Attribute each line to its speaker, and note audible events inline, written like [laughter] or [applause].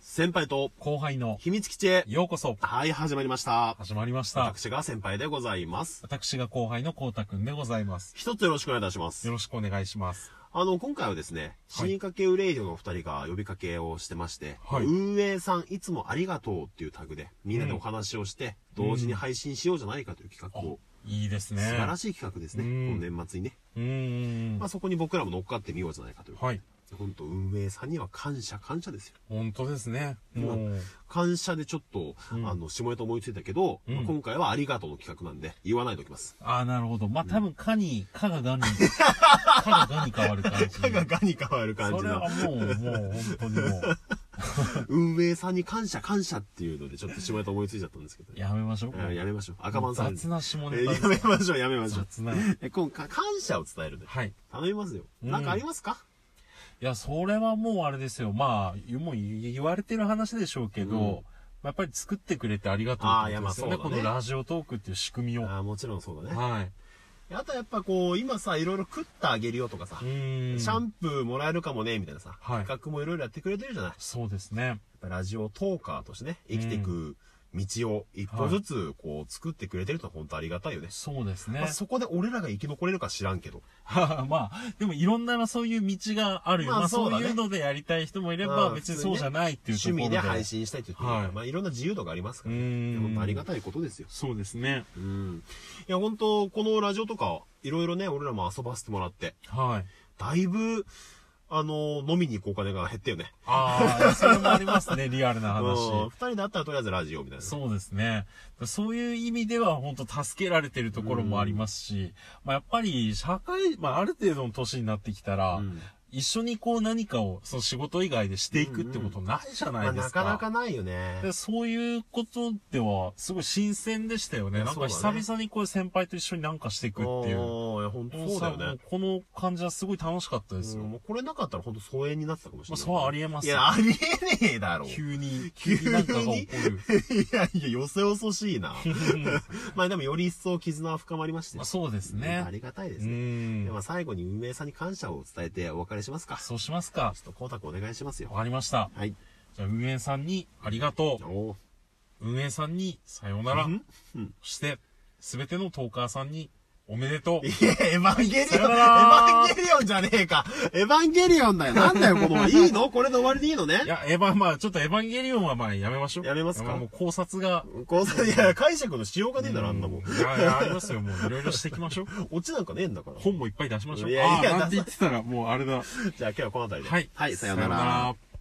Speaker 1: 先輩と
Speaker 2: 後輩の
Speaker 1: 秘密基地へ。
Speaker 2: ようこそ
Speaker 1: はい、始まりました。
Speaker 2: 始まりました。
Speaker 1: 私が先輩でございます。
Speaker 2: 私が後輩のこうたくんでございます。
Speaker 1: 一つよろしくお願いいたします
Speaker 2: よ。ろしくお願いします。
Speaker 1: あの、今回はですね、死
Speaker 2: はい
Speaker 1: にかけ憂レイディオのお二人が呼びかけをしてまして、
Speaker 2: はい
Speaker 1: 運営さんいつもありがとうっていうタグで、みんなでお話をして、同時に配信しようじゃないかという企画を、
Speaker 2: いいですね。
Speaker 1: 素晴ら
Speaker 2: し
Speaker 1: しい企画ですね。
Speaker 2: うん
Speaker 1: この年末にね。
Speaker 2: い。うーん
Speaker 1: まあ。そこに僕らも乗っかってみようじゃないかという。
Speaker 2: はい。
Speaker 1: 本当運営さんには感謝感謝ですよ。
Speaker 2: 本当ですね。もう、
Speaker 1: 感謝でちょっと、あの、下ネタ思いついたけど、
Speaker 2: うん
Speaker 1: まあ今回はありがとうの企画なんで、言わないときます。
Speaker 2: ああ、なるほど。まあ、多分、かに、か
Speaker 1: [laughs]
Speaker 2: ががに、かががに変わる感じ。
Speaker 1: 歯がガに変わる感
Speaker 2: そ
Speaker 1: じ
Speaker 2: れは
Speaker 1: の、
Speaker 2: もう、もう、本当にもう、
Speaker 1: 運営さんに感謝感謝っていうので、ちょっと下ネタ思いついちゃったんですけど、ね、
Speaker 2: やめましょう。
Speaker 1: えーやめましょう。赤番さん。
Speaker 2: 雑な下
Speaker 1: えー
Speaker 2: ネタ
Speaker 1: やめましょう、やめましょう。
Speaker 2: 雑な。
Speaker 1: [laughs] え、今回、感謝を伝えるで。
Speaker 2: はい。
Speaker 1: 頼みますよ。
Speaker 2: うん
Speaker 1: なんかありますか
Speaker 2: いや、それはもうあれですよ。まあ、言うもう言言われてる話でしょうけど、
Speaker 1: うん
Speaker 2: やっぱり作ってくれてありがとう
Speaker 1: あー
Speaker 2: ってことですよね。
Speaker 1: いやまあそう
Speaker 2: こ
Speaker 1: だね
Speaker 2: のラジオトークっていう仕組みを。
Speaker 1: あ
Speaker 2: は
Speaker 1: あ、もちろんそうだ
Speaker 2: い。
Speaker 1: ね。あとはやっぱこう、今さ、いろいろ食ってあげるよとかさ、
Speaker 2: う
Speaker 1: シ
Speaker 2: ーん。
Speaker 1: ャンプーもらえるかもね、みたいなさ、
Speaker 2: はい
Speaker 1: 企画もいろいろやってくれてるじゃない。
Speaker 2: そうですね。
Speaker 1: やっぱラジオトーカーとしてね、生きていく道を一歩ずつこう作ってくれてると本当ありがたいよね。
Speaker 2: そうですね。
Speaker 1: まあ、そこで俺らが生き残れるか知らんけど。
Speaker 2: [laughs] まあ、でもいろんなそういう道があるよ。
Speaker 1: まあ
Speaker 2: まあ、
Speaker 1: そ
Speaker 2: そうう
Speaker 1: だね
Speaker 2: いうのでやりたい人もいれ
Speaker 1: う
Speaker 2: ば、
Speaker 1: ん
Speaker 2: 別にそうじゃないっていうとこ
Speaker 1: 趣
Speaker 2: ろで。
Speaker 1: 味で配信したいという人もいるから
Speaker 2: はい
Speaker 1: まあいろんな自由度がありますか
Speaker 2: う
Speaker 1: ら、
Speaker 2: ーん。
Speaker 1: 本当ありがたいことですよ。
Speaker 2: そうですね。
Speaker 1: うん。いや本当このラジオとか、いろいろね、俺らも遊ばせてもらって、
Speaker 2: はい。
Speaker 1: だいぶ、あの、飲みに行くお金が減ったよね。
Speaker 2: あ
Speaker 1: [laughs]
Speaker 2: あ、それもありますね、リアルな
Speaker 1: うん
Speaker 2: 話。
Speaker 1: 二人で会ったらとりあえずラジオみたいな。
Speaker 2: そうですね。そういう意味では本当助けられてるところもありますし、まあやっぱり社会、まあある程度の年になってきたら、
Speaker 1: ん
Speaker 2: 一緒にこう何かをその仕事以外でしていくってことないじゃ
Speaker 1: ま
Speaker 2: な
Speaker 1: あ
Speaker 2: いで
Speaker 1: な
Speaker 2: すか。
Speaker 1: かなかないよね。
Speaker 2: でそういうことでは、すごい新鮮でしたよ
Speaker 1: い
Speaker 2: ね。
Speaker 1: や
Speaker 2: なんか
Speaker 1: そうだ
Speaker 2: 久
Speaker 1: ね
Speaker 2: 々にこう先輩と一緒になんかしていくっていう。
Speaker 1: おーいや本当そうだよね。
Speaker 2: この感じはすごい楽しかったですよ。
Speaker 1: うんもうこれなかったら本当疎遠になってたかもしれない。
Speaker 2: まあそうありえます
Speaker 1: いや、ありえねえ
Speaker 2: [laughs]
Speaker 1: だろ。い
Speaker 2: 急に、
Speaker 1: [laughs] 急に
Speaker 2: 急になんかが起こる。
Speaker 1: やいや、よそよそしいな。 [laughs] まあでもより一層絆は深まりまして。
Speaker 2: まあそうです
Speaker 1: うん
Speaker 2: ね
Speaker 1: [laughs] あ。りがたいです
Speaker 2: う
Speaker 1: ね。
Speaker 2: ん
Speaker 1: で。は最後に運営さんに感謝を伝えてお別れしますか。ちょ
Speaker 2: そうしますか。
Speaker 1: っと光太くんお願いしますよ。
Speaker 2: わかりました。
Speaker 1: はい。
Speaker 2: じゃあ、運営さんにありがと
Speaker 1: おー
Speaker 2: う。運営さんにさようなら
Speaker 1: うん。
Speaker 2: そして、すべてのトーカーさんにおめでとう。
Speaker 1: いや、エヴァンゲリオン、エ
Speaker 2: さよな
Speaker 1: ヴ
Speaker 2: ら
Speaker 1: ァンゲリオンじゃねえか。エヴァンゲリオンだよ。なんだよ、こ
Speaker 2: [laughs]
Speaker 1: の、いいのこれで終わりでいいのね
Speaker 2: いや、エヴァン、まあちょっとエヴァンゲリオンはまあやめましょう。
Speaker 1: やめますか
Speaker 2: もう考察が。
Speaker 1: こういや、解釈のしようがねえだろ、あんなもん
Speaker 2: い。や、いや、ありますよ。もういろいろしていきましょう。
Speaker 1: オチなんかねえんだから。
Speaker 2: 本もいっぱい出しましょう。
Speaker 1: いやいや出さ
Speaker 2: あーなんて言ってたら、もうあれだ。
Speaker 1: じゃあ今日はこの辺りで。
Speaker 2: はい。
Speaker 1: はい、さようなら。
Speaker 2: ら。